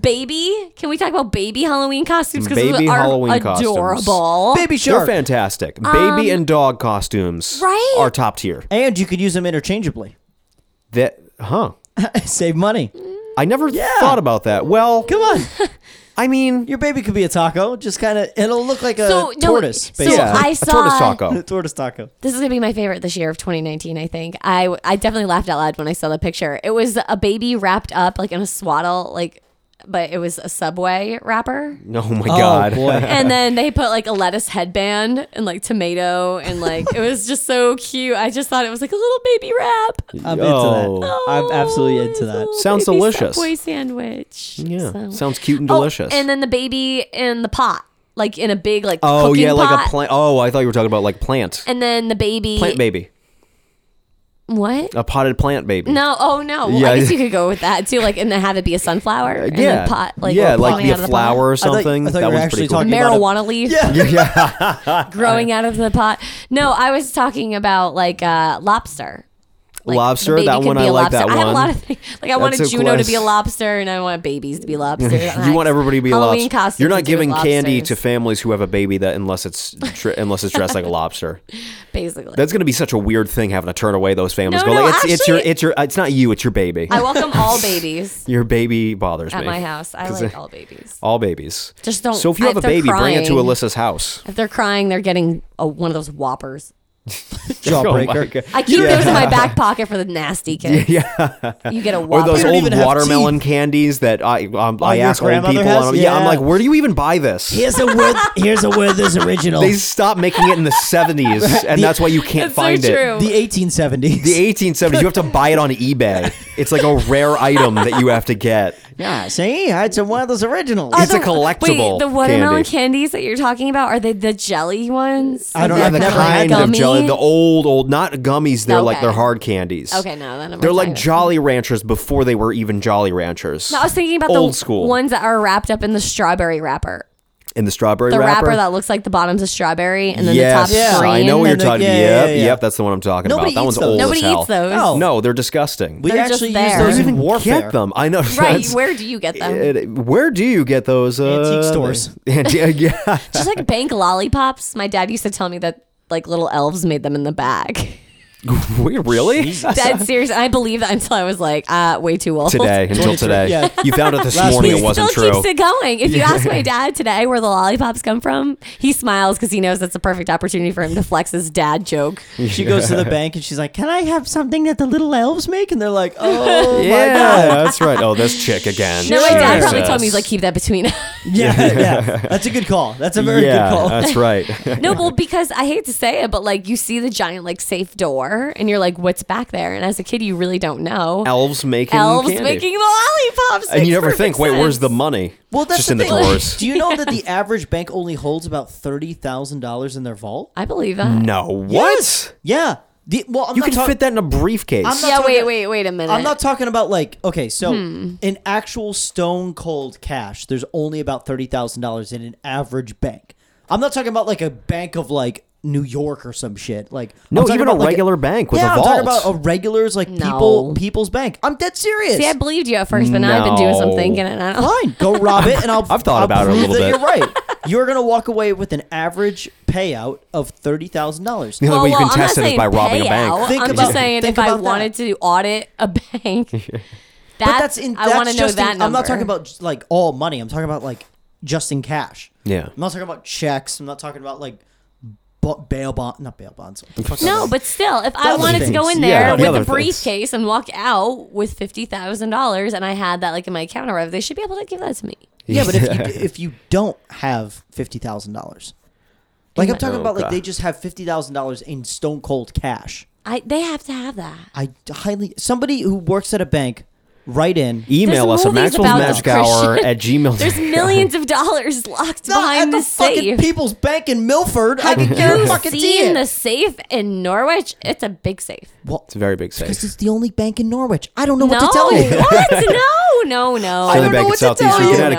Speaker 2: baby, can we talk about baby Halloween costumes?
Speaker 3: Baby
Speaker 2: are
Speaker 3: Halloween costumes.
Speaker 2: adorable.
Speaker 1: Baby
Speaker 3: They're
Speaker 1: shark.
Speaker 3: fantastic. Baby and dog costumes
Speaker 2: Um, right?
Speaker 3: are top tier.
Speaker 1: and you could use them interchangeably.
Speaker 3: That huh?
Speaker 1: Save money.
Speaker 3: I never thought about that. Well,
Speaker 1: Come on.
Speaker 3: I mean,
Speaker 1: Your baby could be a taco. Just kind of, it'll look like a
Speaker 2: So, no,
Speaker 1: tortoise.
Speaker 2: so
Speaker 1: basically.
Speaker 2: I
Speaker 3: a
Speaker 2: saw-
Speaker 3: tortoise taco.
Speaker 1: tortoise taco.
Speaker 2: This is gonna be my favorite this year of 2019. I think I I definitely laughed out loud when I saw the picture. It was a baby wrapped up like in a swaddle, like, but it was a Subway wrapper.
Speaker 3: Oh my god.
Speaker 1: Oh boy.
Speaker 2: And then they put like a lettuce headband and like tomato and like it was just so cute. I just thought it was like a little baby wrap.
Speaker 1: I'm
Speaker 3: Yo.
Speaker 2: Oh,
Speaker 1: into that. I'm absolutely into
Speaker 2: it's a
Speaker 1: that.
Speaker 2: little
Speaker 3: Sounds
Speaker 2: baby
Speaker 3: delicious.
Speaker 2: Subway sandwich.
Speaker 3: Yeah,
Speaker 2: So-
Speaker 3: sounds cute and
Speaker 2: Oh,
Speaker 3: delicious.
Speaker 2: and then the baby in the pot, like in a big like
Speaker 3: oh
Speaker 2: cooking
Speaker 3: yeah, like
Speaker 2: pot.
Speaker 3: a plant. Oh, I thought you were talking about like plants,
Speaker 2: And then the baby
Speaker 3: plant baby,
Speaker 2: What?
Speaker 3: a potted plant baby.
Speaker 2: No, oh no. Well,
Speaker 3: Yeah.
Speaker 2: I guess you could go with that too, like and then have it be a sunflower and
Speaker 3: yeah,
Speaker 2: then pot like
Speaker 3: yeah,
Speaker 2: or
Speaker 3: like
Speaker 2: growing
Speaker 3: be
Speaker 2: out of
Speaker 3: a
Speaker 2: the
Speaker 3: flower or
Speaker 1: I thought- I
Speaker 3: something.
Speaker 1: thought
Speaker 3: that
Speaker 1: you were
Speaker 3: was
Speaker 1: actually
Speaker 3: pretty cool.
Speaker 2: pot.
Speaker 1: talking about
Speaker 2: marijuana leaf
Speaker 1: Yeah.
Speaker 2: growing out of the pot. No, I was talking about like uh, lobster. Like, the
Speaker 3: Lobster,
Speaker 2: baby
Speaker 3: that
Speaker 2: could
Speaker 3: one,
Speaker 2: be
Speaker 3: I
Speaker 2: a
Speaker 3: like that
Speaker 2: lobster. I have a
Speaker 3: one.
Speaker 2: lot of things. Like I wanted
Speaker 3: That's a
Speaker 2: Juno
Speaker 3: quest.
Speaker 2: to be a lobster, and I want babies to be lobsters.
Speaker 3: You want everybody to be
Speaker 2: Halloween
Speaker 3: a lobster.
Speaker 2: costumes to
Speaker 3: You're
Speaker 2: do
Speaker 3: not
Speaker 2: with
Speaker 3: giving candy to
Speaker 2: lobsters,
Speaker 3: families who have a baby that unless it's dre- unless it's dressed like a lobster.
Speaker 2: basically.
Speaker 3: That's going to be such a weird thing having to turn away those families.
Speaker 2: No,
Speaker 3: Go
Speaker 2: no,
Speaker 3: like, it's, it's your
Speaker 2: actually-
Speaker 3: it's your it's not you, it's your baby.
Speaker 2: I welcome all babies
Speaker 3: your baby bothers
Speaker 2: at
Speaker 3: me.
Speaker 2: my house. I
Speaker 3: 'Cause
Speaker 2: like
Speaker 3: they-
Speaker 2: all babies.
Speaker 3: All babies.
Speaker 2: Just don't-
Speaker 3: So if you
Speaker 2: I-
Speaker 3: have a
Speaker 2: they're
Speaker 3: baby, bring it to
Speaker 2: crying.
Speaker 3: Alyssa's house.
Speaker 2: If they're crying, they're getting a, one of those whoppers.
Speaker 3: Oh, my
Speaker 1: Jawbreaker.
Speaker 3: God.
Speaker 2: I keep those in my back pocket for the nasty kids. Yeah, you get a
Speaker 3: Or
Speaker 2: whopper.
Speaker 3: those
Speaker 1: don't even
Speaker 3: old
Speaker 1: have Oh,
Speaker 3: watermelon candies that I um, I
Speaker 1: your
Speaker 3: ask old people.
Speaker 1: grandmother
Speaker 3: and
Speaker 1: has?
Speaker 3: I'm- yeah. I'm
Speaker 1: Yeah.
Speaker 3: like, where do you even buy this?
Speaker 1: here's a Werth- here's a Werther's original.
Speaker 3: They stopped making it in the 70s, and
Speaker 1: The-
Speaker 3: that's why you can't
Speaker 2: That's so
Speaker 3: find it.
Speaker 2: true.
Speaker 1: the 1870s.
Speaker 3: The 1870s, you have to buy it on eBay. It's like a rare item that you have to get.
Speaker 1: yeah, see, I had some Werther's originals.
Speaker 2: Are
Speaker 3: It's a
Speaker 2: the- Wait,
Speaker 3: collectible
Speaker 2: the watermelon
Speaker 3: candy.
Speaker 2: candies that you're talking about are they the jelly ones?
Speaker 1: I don't-
Speaker 2: They're
Speaker 1: I've
Speaker 3: the
Speaker 2: like
Speaker 1: never had
Speaker 3: kind of
Speaker 2: gummy?
Speaker 3: jelly, the old, old, not gummies. They're like
Speaker 2: Okay.
Speaker 3: they're hard candies.
Speaker 2: Okay, no, then I'm
Speaker 3: They're
Speaker 2: not
Speaker 3: like
Speaker 2: talking about-
Speaker 3: Jolly Ranchers before they were even Jolly Ranchers.
Speaker 2: I was thinking about
Speaker 3: old
Speaker 2: the
Speaker 3: school
Speaker 2: ones that are wrapped up in the strawberry wrapper.
Speaker 3: in the strawberry
Speaker 2: The
Speaker 3: wrapper.
Speaker 2: wrapper, that looks like the bottom's a strawberry and then
Speaker 3: yes,
Speaker 2: the top's
Speaker 1: Yeah.
Speaker 2: green.
Speaker 3: I know what you're
Speaker 1: and the-
Speaker 3: talking.
Speaker 1: yeah,
Speaker 3: yep,
Speaker 1: yeah, yeah.
Speaker 3: yep, that's the one I'm talking
Speaker 1: Nobody
Speaker 3: about. That
Speaker 1: eats
Speaker 3: one's
Speaker 1: those.
Speaker 3: old
Speaker 2: Nobody
Speaker 3: as hell.
Speaker 2: eats those.
Speaker 1: No.
Speaker 3: No, they're disgusting.
Speaker 1: we
Speaker 2: They're
Speaker 1: actually
Speaker 2: just
Speaker 1: use
Speaker 2: there.
Speaker 1: those
Speaker 2: You
Speaker 1: in warfare.
Speaker 3: Get them. I know.
Speaker 2: Right,
Speaker 3: that's-
Speaker 2: where do you get them?
Speaker 3: it- where do you get those? Uh,
Speaker 1: Antique stores.
Speaker 3: anti- yeah.
Speaker 2: Just like bank lollipops. My dad used to tell me that like little elves made them in the bag.
Speaker 3: Wait, really?
Speaker 2: Dead serious. I believed that until I was like, uh, way too old.
Speaker 3: Today, until
Speaker 1: 23,
Speaker 3: today.
Speaker 1: yeah.
Speaker 3: You found out this
Speaker 1: Last
Speaker 3: morning
Speaker 1: week.
Speaker 3: it wasn't
Speaker 2: still
Speaker 3: true.
Speaker 2: keeps it going. If you ask my dad today where the lollipops come from, he smiles because he knows that's a perfect opportunity for him to flex his dad joke.
Speaker 1: She goes to the bank and she's like, "Can I have something that the little elves make?" And they're like, "Oh my
Speaker 3: Yeah,
Speaker 1: god."
Speaker 3: that's right. Oh, this chick again.
Speaker 2: No, my dad
Speaker 1: Jesus.
Speaker 2: probably told me he's like, keep that between us.
Speaker 1: Yeah, yeah. That's a good call. That's a very
Speaker 3: yeah,
Speaker 1: good call.
Speaker 3: that's right.
Speaker 2: no, well, because I hate to say it, but like you see the giant like safe door and you're like, what's back there? And as a kid, you really don't know.
Speaker 3: Elves making
Speaker 2: Elves
Speaker 3: candy.
Speaker 2: making the lollipops.
Speaker 3: and
Speaker 2: Makes
Speaker 3: you never
Speaker 2: perfect
Speaker 3: think, wait, where's
Speaker 2: sense.
Speaker 3: the money?
Speaker 1: well, that's
Speaker 3: just
Speaker 1: the
Speaker 3: in the
Speaker 1: thing.
Speaker 3: drawers.
Speaker 1: Do you know that the average bank only holds about thirty thousand dollars in their vault?
Speaker 2: I believe that.
Speaker 3: no, what?
Speaker 1: Yeah. The, well, I'm
Speaker 3: You
Speaker 1: not
Speaker 3: can
Speaker 1: talk-
Speaker 3: fit that in a briefcase.
Speaker 1: I'm not
Speaker 2: Yeah, wait,
Speaker 1: talking-
Speaker 2: wait, wait a minute.
Speaker 1: I'm not talking about like okay, so
Speaker 2: Hmm.
Speaker 1: in actual stone cold cash, there's only about thirty thousand dollars in an average bank. I'm not talking about like a bank of like New York or some shit. Like
Speaker 3: No,
Speaker 1: I'm talking
Speaker 3: even a
Speaker 1: about, like,
Speaker 3: regular bank with
Speaker 1: yeah,
Speaker 3: a
Speaker 1: I'm
Speaker 3: vault.
Speaker 1: talking about a regular's like
Speaker 2: No.
Speaker 1: people people's bank. I'm dead serious.
Speaker 2: See, I believed you at first, but now I've been doing some
Speaker 3: No.
Speaker 2: thinking and I don't.
Speaker 1: Fine, go rob it, and I'll.
Speaker 3: I've thought
Speaker 1: I'll
Speaker 3: about it a
Speaker 1: prove
Speaker 3: little
Speaker 1: that
Speaker 3: bit.
Speaker 1: You're right. You're gonna walk away with an average payout of thirty thousand dollars.
Speaker 3: The only way you can
Speaker 2: I'm
Speaker 3: test
Speaker 2: not
Speaker 3: it is by
Speaker 2: saying
Speaker 3: robbing a bank.
Speaker 2: payout.
Speaker 1: Think
Speaker 2: I'm
Speaker 1: about-
Speaker 2: just saying
Speaker 1: think
Speaker 2: if I
Speaker 1: about that.
Speaker 2: wanted to audit a bank, that's,
Speaker 1: But that's in. That's
Speaker 2: I want to know
Speaker 1: just in-
Speaker 2: that.
Speaker 1: I'm not
Speaker 2: number.
Speaker 1: talking about just, like all money. I'm talking about like just in cash.
Speaker 3: Yeah.
Speaker 1: I'm not talking about checks. I'm not talking about like b- bail bond. Not bail bonds. What the fuck am I
Speaker 2: No,
Speaker 1: saying?
Speaker 2: but still, if I
Speaker 1: Other
Speaker 2: wanted to go
Speaker 1: things.
Speaker 2: in
Speaker 3: Yeah,
Speaker 2: there
Speaker 3: the
Speaker 2: with
Speaker 3: other
Speaker 2: a
Speaker 3: things.
Speaker 2: briefcase and walk out with fifty thousand dollars, and I had that like in my account or whatever, they should be able to give that to me.
Speaker 1: yeah, but if you, if you don't have fifty thousand dollars, like I'm talking
Speaker 3: Oh,
Speaker 1: about, like
Speaker 3: God.
Speaker 1: they just have fifty thousand dollars in stone cold cash.
Speaker 2: I they have to have that.
Speaker 1: I highly somebody who works at a bank, write in.
Speaker 3: Email
Speaker 2: There's
Speaker 3: us at
Speaker 2: movies
Speaker 3: Maxwell's
Speaker 2: about
Speaker 3: Magic
Speaker 2: this,
Speaker 3: Hour
Speaker 2: Christian.
Speaker 3: at gmail.
Speaker 2: There's millions of dollars locked
Speaker 1: Not at
Speaker 2: behind
Speaker 1: the,
Speaker 2: the
Speaker 1: fucking
Speaker 2: safe.
Speaker 1: People's Bank in Milford. I can
Speaker 2: You've
Speaker 1: guarantee
Speaker 2: seen
Speaker 1: it.
Speaker 2: the safe in Norwich? It's a big safe.
Speaker 1: Well,
Speaker 3: It's a very big
Speaker 1: this
Speaker 3: safe.
Speaker 1: is the only bank in Norwich. I don't know
Speaker 2: no,
Speaker 1: what to tell you.
Speaker 2: what? No, no, no.
Speaker 1: I
Speaker 3: Southern
Speaker 1: don't know
Speaker 3: Bank
Speaker 1: what
Speaker 3: in
Speaker 1: to tell
Speaker 3: Southeastern
Speaker 1: you.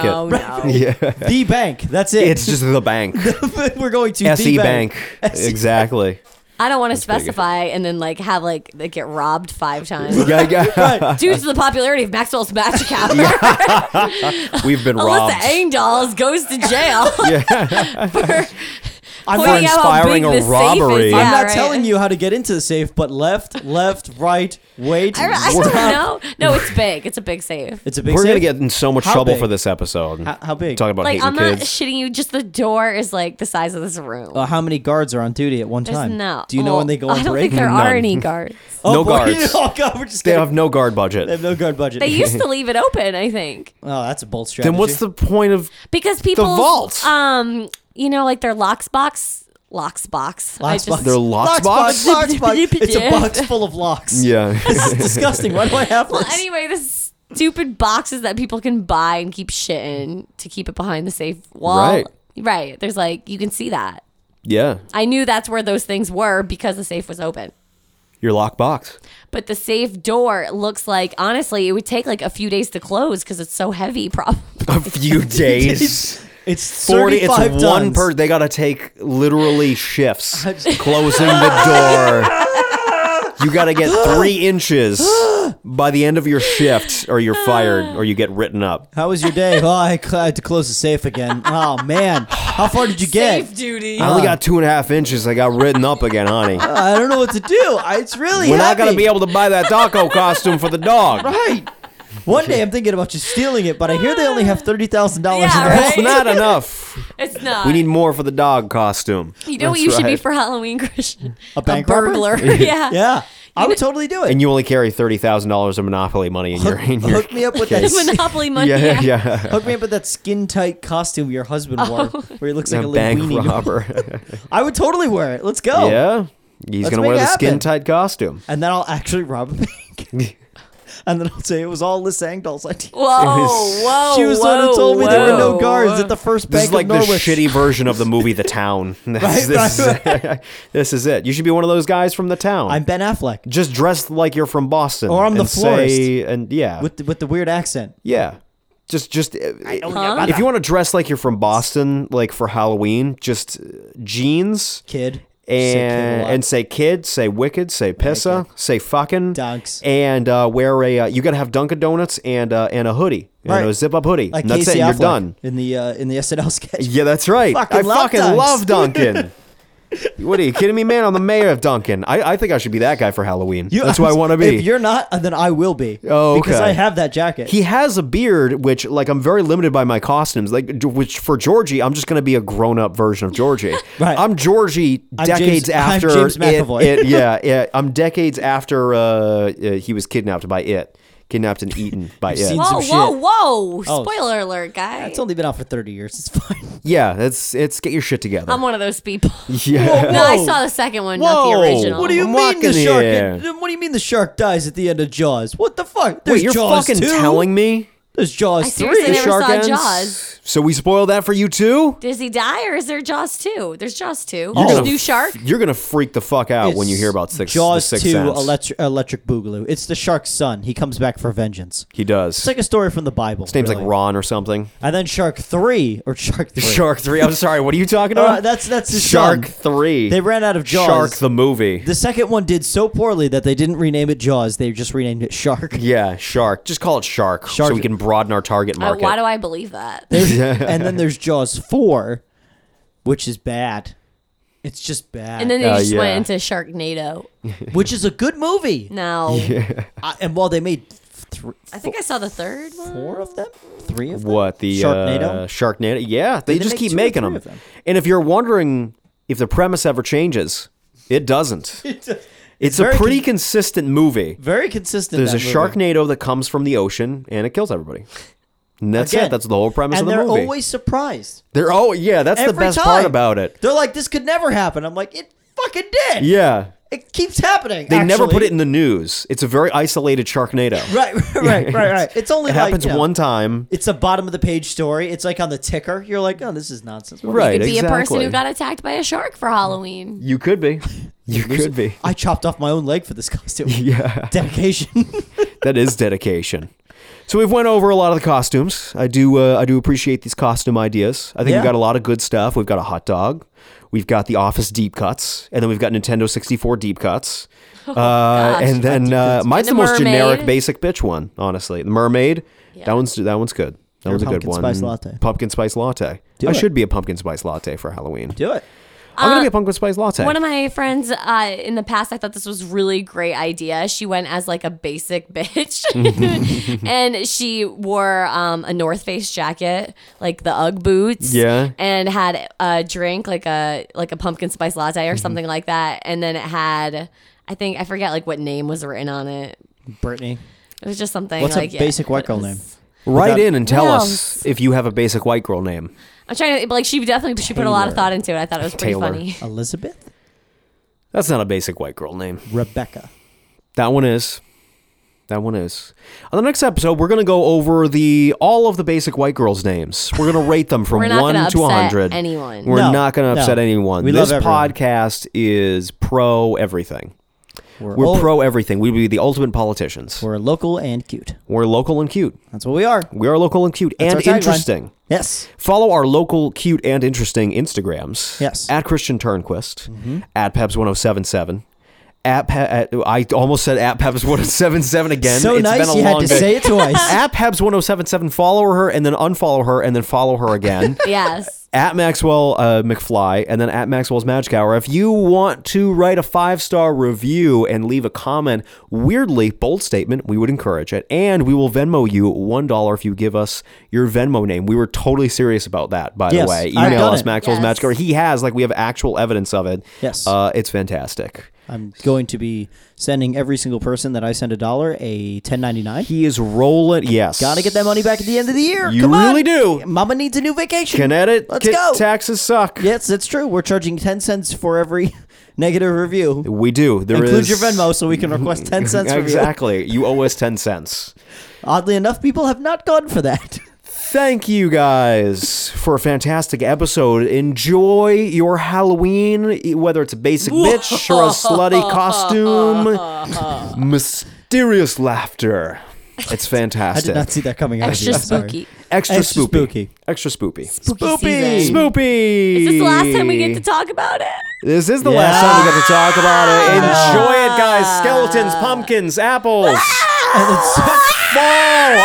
Speaker 3: Connecticut.
Speaker 2: No, no.
Speaker 1: the bank. That's it.
Speaker 3: It's just the bank.
Speaker 1: We're going to
Speaker 3: SE
Speaker 1: the
Speaker 3: E Bank.
Speaker 1: SE
Speaker 3: Exactly.
Speaker 2: I don't want to
Speaker 3: pretty good.
Speaker 2: specify and then like have like they get robbed five times.
Speaker 3: Yeah, yeah.
Speaker 1: Right.
Speaker 2: Due to the popularity of Maxwell's Magic Hour,
Speaker 3: We've been robbed.
Speaker 2: Alyssa Angels goes to jail for
Speaker 1: I'm
Speaker 2: pointing
Speaker 1: not-
Speaker 2: out how
Speaker 3: inspiring
Speaker 2: big
Speaker 3: a
Speaker 2: this safe
Speaker 3: robbery.
Speaker 2: Is.
Speaker 3: I'm
Speaker 2: Yeah,
Speaker 1: I'm not
Speaker 2: right.
Speaker 1: telling you how to get into the safe, but left, left, right, wait.
Speaker 2: I, I
Speaker 1: stop.
Speaker 2: don't know. No, it's big. It's a big save.
Speaker 1: It's a big
Speaker 3: We're
Speaker 1: safe.
Speaker 3: gonna get in so much
Speaker 1: How
Speaker 3: trouble
Speaker 1: big?
Speaker 3: for this episode.
Speaker 1: How- how big?
Speaker 3: Talking about
Speaker 2: Like
Speaker 3: hating
Speaker 2: I'm not
Speaker 3: kids.
Speaker 2: shitting you. Just the door is like the size of this room.
Speaker 1: Uh, how many guards are on duty at one
Speaker 2: There's
Speaker 1: time?
Speaker 2: no.
Speaker 1: Do you know
Speaker 2: well,
Speaker 1: when they go
Speaker 2: I
Speaker 1: on
Speaker 2: don't
Speaker 1: break?
Speaker 2: think there are
Speaker 3: None.
Speaker 2: any guards.
Speaker 1: Oh,
Speaker 3: Mm, No
Speaker 1: boy.
Speaker 3: guards.
Speaker 1: oh God, we're just
Speaker 3: they
Speaker 1: kidding.
Speaker 3: have no guard budget.
Speaker 1: They have no guard budget.
Speaker 2: They used to leave it open. I think.
Speaker 1: oh, that's a bold strategy.
Speaker 3: then what's the point of?
Speaker 2: because people
Speaker 3: vault.
Speaker 2: um you know like their locks box locks box I
Speaker 1: Locks
Speaker 2: just-
Speaker 1: box.
Speaker 3: Their locks
Speaker 1: Locks box,
Speaker 3: box?
Speaker 1: locks box. It's a box full of locks.
Speaker 3: Yeah,
Speaker 1: This is disgusting. Why do I have
Speaker 2: well
Speaker 1: this?
Speaker 2: anyway this stupid boxes that people can buy and keep shit in to keep it behind the safe wall
Speaker 3: Right.
Speaker 2: Right. there's like you can see that
Speaker 3: yeah.
Speaker 2: i knew that's where those things were because the safe was open
Speaker 3: Your lock box.
Speaker 2: but the safe door looks like honestly it would take like a few days to close because it's so heavy probably
Speaker 3: A few days.
Speaker 1: It's
Speaker 3: Forty. It's
Speaker 1: 35
Speaker 3: one
Speaker 1: tons.
Speaker 3: per. They gotta take literally shifts. Closing the door. You gotta get three inches by the end of your shift, or you're fired, or you get written up.
Speaker 1: How was your day? Oh, I cl- I had to close the safe again. Oh man, how far did you get?
Speaker 2: safe duty
Speaker 3: I only got two and a half inches. I got written up again, honey.
Speaker 1: I don't know what to do. I, it's really
Speaker 3: We're not gonna
Speaker 1: heavy.
Speaker 3: be able to buy that Taco costume for the dog.
Speaker 1: right. One day I'm thinking about just stealing it, but I hear they only have thirty thousand dollars.
Speaker 2: Yeah,
Speaker 1: in their
Speaker 2: right.
Speaker 3: It's not enough.
Speaker 2: it's not
Speaker 3: We need more for the dog costume.
Speaker 2: you know what
Speaker 3: That's
Speaker 2: you should be
Speaker 3: right.
Speaker 2: for halloween christian
Speaker 1: A bank robber?
Speaker 2: burglar yeah
Speaker 1: Yeah, I would totally do it.
Speaker 3: And you only carry thirty thousand dollars of Monopoly money in your in your.
Speaker 1: hook me up with that.
Speaker 2: The
Speaker 1: s-
Speaker 2: Monopoly money.
Speaker 3: Yeah, yeah.
Speaker 2: yeah.
Speaker 3: yeah.
Speaker 1: Hook me up with that skin tight costume your husband
Speaker 2: Oh.
Speaker 1: wore, where he looks like a
Speaker 3: a
Speaker 1: little
Speaker 3: bank
Speaker 1: weenie.
Speaker 3: robber.
Speaker 1: I would totally wear it. Let's go.
Speaker 3: yeah, he's
Speaker 1: Let's
Speaker 3: gonna
Speaker 1: make
Speaker 3: wear
Speaker 1: it
Speaker 3: the
Speaker 1: happen.
Speaker 3: skin tight costume.
Speaker 1: And then I'll actually rob a bank. and then I'll say it was all Liz Sangdahl's idea.
Speaker 2: Whoa, whoa.
Speaker 1: She was the
Speaker 2: whoa,
Speaker 1: one who told me there were no
Speaker 2: whoa.
Speaker 1: guards at the first
Speaker 3: This
Speaker 1: bank
Speaker 3: is like
Speaker 1: of
Speaker 3: the
Speaker 1: Norwich.
Speaker 3: shitty version of the movie The Town. This,
Speaker 1: Right,
Speaker 3: this,
Speaker 1: right,
Speaker 3: Is, this is it. You should be one of those guys from The Town.
Speaker 1: I'm Ben Affleck
Speaker 3: just dressed like you're from Boston,
Speaker 1: Or I'm the
Speaker 3: and say- and yeah,
Speaker 1: with the, with the weird accent.
Speaker 3: yeah. Just, just uh,
Speaker 2: Huh?
Speaker 3: if you want to dress like you're from Boston, like for Halloween, just uh, jeans
Speaker 1: Kid. Sick kid a
Speaker 3: and
Speaker 1: lot.
Speaker 3: and say kid, say wicked, say pissa, say fucking
Speaker 1: Dunks.
Speaker 3: and uh, wear a. Uh, you gotta have Dunkin' Donuts and uh, and a hoodie,
Speaker 1: Right.
Speaker 3: and a zip up hoodie.
Speaker 1: like
Speaker 3: and that's
Speaker 1: Casey
Speaker 3: it. You're
Speaker 1: Affleck
Speaker 3: done.
Speaker 1: in the uh, in the SNL sketch.
Speaker 3: Yeah, that's right.
Speaker 1: Fucking
Speaker 3: I
Speaker 1: love
Speaker 3: fucking
Speaker 1: Dunks.
Speaker 3: love Dunkin'. what are you kidding me, man? I'm the mayor of Dunkin'. I, I think I should be that guy for Halloween.
Speaker 1: You-
Speaker 3: that's who I want to be.
Speaker 1: If you're not, then I will be.
Speaker 3: Oh,
Speaker 1: because
Speaker 3: okay.
Speaker 1: I have that jacket.
Speaker 3: He has a beard, which like I'm very limited by my costumes. Like, d- which for Georgie, I'm just gonna be a grown up version of Georgie.
Speaker 1: Right.
Speaker 3: I'm Georgie
Speaker 1: I'm
Speaker 3: decades
Speaker 1: James- I'm
Speaker 3: after
Speaker 1: James
Speaker 3: it-
Speaker 1: McAvoy.
Speaker 3: it- yeah, yeah. I'm decades after uh, uh, he was kidnapped by it, kidnapped and eaten by it.
Speaker 1: seen-
Speaker 2: Whoa,
Speaker 1: some
Speaker 2: whoa,
Speaker 1: shit.
Speaker 2: whoa.
Speaker 1: Oh.
Speaker 2: Spoiler alert, guys.
Speaker 1: it's only been out for thirty years. It's fine.
Speaker 3: yeah, that's it's get your shit together.
Speaker 2: I'm one of those people.
Speaker 3: yeah.
Speaker 2: No, I
Speaker 1: Whoa.
Speaker 2: saw the second one,
Speaker 3: Whoa.
Speaker 2: not the original.
Speaker 1: What do you
Speaker 3: I'm
Speaker 1: mean the
Speaker 3: walking
Speaker 1: shark?
Speaker 3: here.
Speaker 1: what do you mean the shark dies at the end of Jaws? What the fuck? There's
Speaker 3: Wait, you're
Speaker 1: Jaws
Speaker 3: fucking
Speaker 1: two.
Speaker 3: telling me
Speaker 1: There's
Speaker 2: I
Speaker 1: Jaws
Speaker 2: seriously
Speaker 1: three.
Speaker 2: never saw
Speaker 3: ends?
Speaker 2: Jaws.
Speaker 3: So we spoiled that for you too.
Speaker 2: Does he die or is there Jaws 2? There's Jaws 2.
Speaker 3: You're
Speaker 2: There's
Speaker 3: gonna-
Speaker 2: new shark.
Speaker 3: You're gonna freak the fuck out when you hear about six the
Speaker 1: Jaws
Speaker 3: six
Speaker 1: two
Speaker 3: Sense.
Speaker 1: electric electric boogaloo. It's the shark's son. He comes back for vengeance.
Speaker 3: he does.
Speaker 1: It's like a story from the Bible.
Speaker 3: His name's
Speaker 1: really.
Speaker 3: like Ron or something.
Speaker 1: And then Shark Three or Shark Three.
Speaker 3: Shark Three. I'm sorry. What are you talking
Speaker 1: All
Speaker 3: about?
Speaker 1: right, Uh, that's that's his son.
Speaker 3: Shark Three.
Speaker 1: They ran out of Jaws.
Speaker 3: Shark the movie.
Speaker 1: The second one did so poorly that they didn't rename it Jaws. They just renamed it Shark.
Speaker 3: yeah, Shark. Just call it Shark,
Speaker 1: Shark-
Speaker 3: so we can broaden our target
Speaker 2: Uh,
Speaker 3: market.
Speaker 2: why do I believe that?
Speaker 1: and then there's Jaws Four, which is bad. It's just bad.
Speaker 2: And then they
Speaker 3: Uh,
Speaker 2: just
Speaker 3: yeah.
Speaker 2: went into Sharknado.
Speaker 1: which is a good movie.
Speaker 2: No.
Speaker 1: I, and while they made th-
Speaker 2: I think I saw the third one.
Speaker 1: four of them, three of them.
Speaker 3: what the
Speaker 1: Sharknado?
Speaker 3: Uh, Sharknado. Yeah, they
Speaker 1: they
Speaker 3: just
Speaker 1: make
Speaker 3: keep
Speaker 1: two or
Speaker 3: making
Speaker 1: three
Speaker 3: them.
Speaker 1: of them?
Speaker 3: And if you're wondering if the premise ever changes, it doesn't. it's a
Speaker 1: very
Speaker 3: pretty
Speaker 1: con-
Speaker 3: consistent movie.
Speaker 1: Very consistent.
Speaker 3: There's a
Speaker 1: that movie.
Speaker 3: Sharknado that comes from the ocean and it kills everybody. And that's
Speaker 1: Again.
Speaker 3: it. That's the whole premise
Speaker 1: and
Speaker 3: of the
Speaker 1: they're
Speaker 3: movie.
Speaker 1: always surprised.
Speaker 3: they're oh yeah, that's the
Speaker 1: Every
Speaker 3: best
Speaker 1: time.
Speaker 3: part about it.
Speaker 1: They're like, this could never happen. I'm like, it fucking did.
Speaker 3: Yeah.
Speaker 1: It keeps happening.
Speaker 3: They never
Speaker 1: actually.
Speaker 3: put it in the news. It's a very isolated Sharknado.
Speaker 1: Right, right, right, right, right. It's only
Speaker 3: It
Speaker 1: like,
Speaker 3: happens
Speaker 1: you know,
Speaker 3: one time.
Speaker 1: It's a bottom of the page story. It's like on the ticker. You're like, oh, this is nonsense. What am I
Speaker 3: Right,
Speaker 2: Could be a person
Speaker 3: exactly.
Speaker 2: who got attacked by a shark for Halloween.
Speaker 3: You could be. You could be.
Speaker 1: I chopped off my own leg for this costume.
Speaker 3: Yeah.
Speaker 1: Dedication.
Speaker 3: That is dedication. So we've went over a lot of the costumes. I do uh, I do appreciate these costume ideas. I think
Speaker 1: Yeah.
Speaker 3: we've got a lot of good stuff. We've got a hot dog. We've got the Office deep cuts, and then we've got Nintendo 64 deep cuts.
Speaker 2: Oh,
Speaker 3: uh, and then uh, mine's
Speaker 2: And the
Speaker 3: the most generic
Speaker 2: mermaid.
Speaker 3: basic bitch one, honestly. The mermaid. That one's that one's good. That
Speaker 1: Or
Speaker 3: one's a good
Speaker 1: pumpkin
Speaker 3: one.
Speaker 1: spice latte.
Speaker 3: Pumpkin spice latte.
Speaker 1: Do
Speaker 3: I
Speaker 1: it.
Speaker 3: should be a pumpkin spice latte for Halloween.
Speaker 1: Do it.
Speaker 3: I'm gonna be a pumpkin spice latte.
Speaker 2: Uh, One of my friends uh, in the past, I thought this was really great idea. She went as like a basic bitch, and she wore um, a North Face jacket, like the UGG boots,
Speaker 3: Yeah.
Speaker 2: and had a drink like a like a pumpkin spice latte
Speaker 1: Mm-hmm.
Speaker 2: or something like that, and then it had. I think I forget like what name was written on it.
Speaker 1: Brittany.
Speaker 2: It was just something
Speaker 1: What's
Speaker 2: like
Speaker 1: a
Speaker 2: yeah,
Speaker 1: basic white
Speaker 2: but it
Speaker 1: girl
Speaker 2: was-
Speaker 1: name?
Speaker 3: Write in and tell
Speaker 2: What
Speaker 3: us if you have a basic white girl name.
Speaker 2: I'm trying to but, like she definitely she put a lot of
Speaker 1: Taylor.
Speaker 2: thought into it. I thought it was pretty
Speaker 3: Taylor.
Speaker 2: funny.
Speaker 1: Elizabeth?
Speaker 3: That's not a basic white girl name.
Speaker 1: Rebecca.
Speaker 3: That one is. That one is. On the next episode, we're gonna go over the all of the basic white girls' names. We're gonna rate them from
Speaker 2: We're not
Speaker 3: one
Speaker 2: gonna
Speaker 3: to
Speaker 2: upset
Speaker 3: hundred.
Speaker 2: anyone.
Speaker 3: We're
Speaker 1: No,
Speaker 3: not gonna
Speaker 1: no.
Speaker 3: upset anyone.
Speaker 1: We
Speaker 3: this
Speaker 1: love everyone.
Speaker 3: podcast is pro everything. We're
Speaker 1: all-
Speaker 3: pro everything. We'd be the ultimate politicians. We're,
Speaker 1: We're local and cute.
Speaker 3: local and cute.
Speaker 1: That's what we are.
Speaker 3: We are local and cute
Speaker 1: That's
Speaker 3: and
Speaker 1: our tagline.
Speaker 3: interesting.
Speaker 1: Yes.
Speaker 3: Follow our local, cute, and interesting Instagrams.
Speaker 1: Yes. Mm-hmm.
Speaker 3: At Christian Turnquist, at Peps1077, at, Pe- at I almost said at Peps1077 again.
Speaker 1: so
Speaker 3: It's
Speaker 1: nice
Speaker 3: been a
Speaker 1: you had
Speaker 3: long
Speaker 1: to
Speaker 3: day.
Speaker 1: say it twice.
Speaker 3: At Peps1077, follow her and then unfollow her and then follow her again.
Speaker 2: yes.
Speaker 3: at Maxwell uh, McFly and then at Maxwell's Magic Hour. If you want to write a five star review and leave a comment, weirdly, bold statement, we would encourage it. And we will Venmo you $1 if you give us your Venmo name. We were totally serious about that, by
Speaker 1: Yes,
Speaker 3: the way.
Speaker 1: I've
Speaker 3: Email
Speaker 1: done
Speaker 3: us
Speaker 1: it.
Speaker 3: Maxwell's
Speaker 2: Yes.
Speaker 3: Magic Hour. He has, like, we have actual evidence of it.
Speaker 1: Yes.
Speaker 3: Uh, it's fantastic.
Speaker 1: I'm going to be sending every single person that I send a dollar a 10.99.
Speaker 3: He is rolling. Yes.
Speaker 1: Gotta get that money back at the end of the year.
Speaker 3: You
Speaker 1: Come on.
Speaker 3: really do.
Speaker 1: Mama needs a new vacation.
Speaker 3: Connecticut
Speaker 1: Let's go.
Speaker 3: taxes suck.
Speaker 1: yes, that's true. We're charging 10 cents for every negative review.
Speaker 3: We do. There
Speaker 1: Include
Speaker 3: is-
Speaker 1: your Venmo so we can request 10 cents from you.
Speaker 3: Exactly. You owe us 10 cents.
Speaker 1: Oddly enough, people have not gone for that.
Speaker 3: Thank you guys for a fantastic episode. Enjoy your Halloween, e, whether it's a basic bitch or a slutty costume. Mysterious laughter. It's
Speaker 1: I did
Speaker 3: fantastic.
Speaker 1: not see that coming out. of
Speaker 2: Extra
Speaker 1: you, sorry.
Speaker 2: spooky.
Speaker 3: Extra,
Speaker 1: Extra
Speaker 3: spoopy.
Speaker 1: spooky.
Speaker 3: Extra spoopy.
Speaker 2: Spooky
Speaker 1: Spoopy.
Speaker 2: season.
Speaker 3: Spoopy.
Speaker 2: Is this the last time we get to talk about it?
Speaker 3: This is the last
Speaker 1: Yeah.
Speaker 3: time we get to talk about it. Enjoy it, guys. Skeletons, pumpkins, apples.
Speaker 1: And it's
Speaker 3: Fall.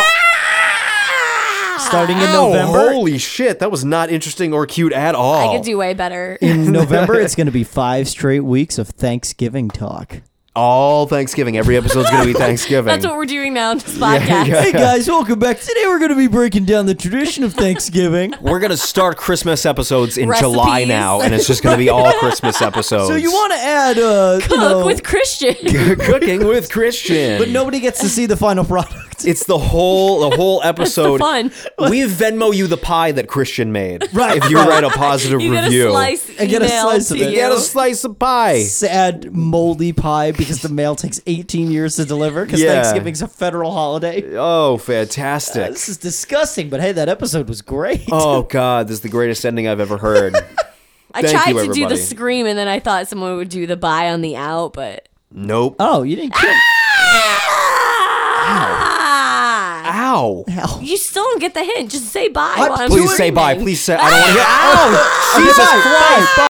Speaker 1: starting in
Speaker 3: Ow,
Speaker 1: November.
Speaker 3: Holy shit, that was not interesting or cute at all.
Speaker 2: I could do way better.
Speaker 1: In November, it's going to be five straight weeks of Thanksgiving talk.
Speaker 3: all Thanksgiving. Every episode's going to be Thanksgiving.
Speaker 2: That's what we're doing now on this podcast.
Speaker 1: Hey guys, welcome back. Today we're going to be breaking down the tradition of Thanksgiving.
Speaker 3: we're going to start Christmas episodes in
Speaker 2: Recipes.
Speaker 3: July now, and it's just going to be all Christmas episodes.
Speaker 1: So you want to add, uh, you know,
Speaker 2: Cook with Christian.
Speaker 3: cooking with Christian?
Speaker 1: but nobody gets to see the final product.
Speaker 3: It's the whole the whole episode.
Speaker 2: fun.
Speaker 3: We Venmo you the pie that Christian made.
Speaker 1: Right,
Speaker 3: If you
Speaker 1: right.
Speaker 3: write a positive
Speaker 2: You get a
Speaker 3: review.
Speaker 2: slice.
Speaker 1: I get a
Speaker 2: email
Speaker 1: slice of
Speaker 2: to
Speaker 1: it.
Speaker 2: you.
Speaker 3: You get a slice of pie.
Speaker 1: Sad moldy pie because the mail takes 18 years to deliver because
Speaker 3: Yeah.
Speaker 1: Thanksgiving's a federal holiday.
Speaker 3: Oh, fantastic.
Speaker 1: This is disgusting, but hey, that episode was great.
Speaker 3: Oh god, this is the greatest ending I've ever heard.
Speaker 2: I
Speaker 3: Thank
Speaker 2: tried
Speaker 3: you,
Speaker 2: to do the
Speaker 3: everybody.
Speaker 2: scream, and then I thought someone would do the buy on the out, but
Speaker 3: Nope.
Speaker 1: Oh, you didn't kill.
Speaker 2: Ah!
Speaker 3: Ow.
Speaker 1: Ow.
Speaker 2: you still don't get the hint. Just say bye.
Speaker 1: What?
Speaker 2: while I'm
Speaker 3: Please say
Speaker 2: screaming.
Speaker 3: bye. Please say I don't want to hear. Ow. Jesus Christ.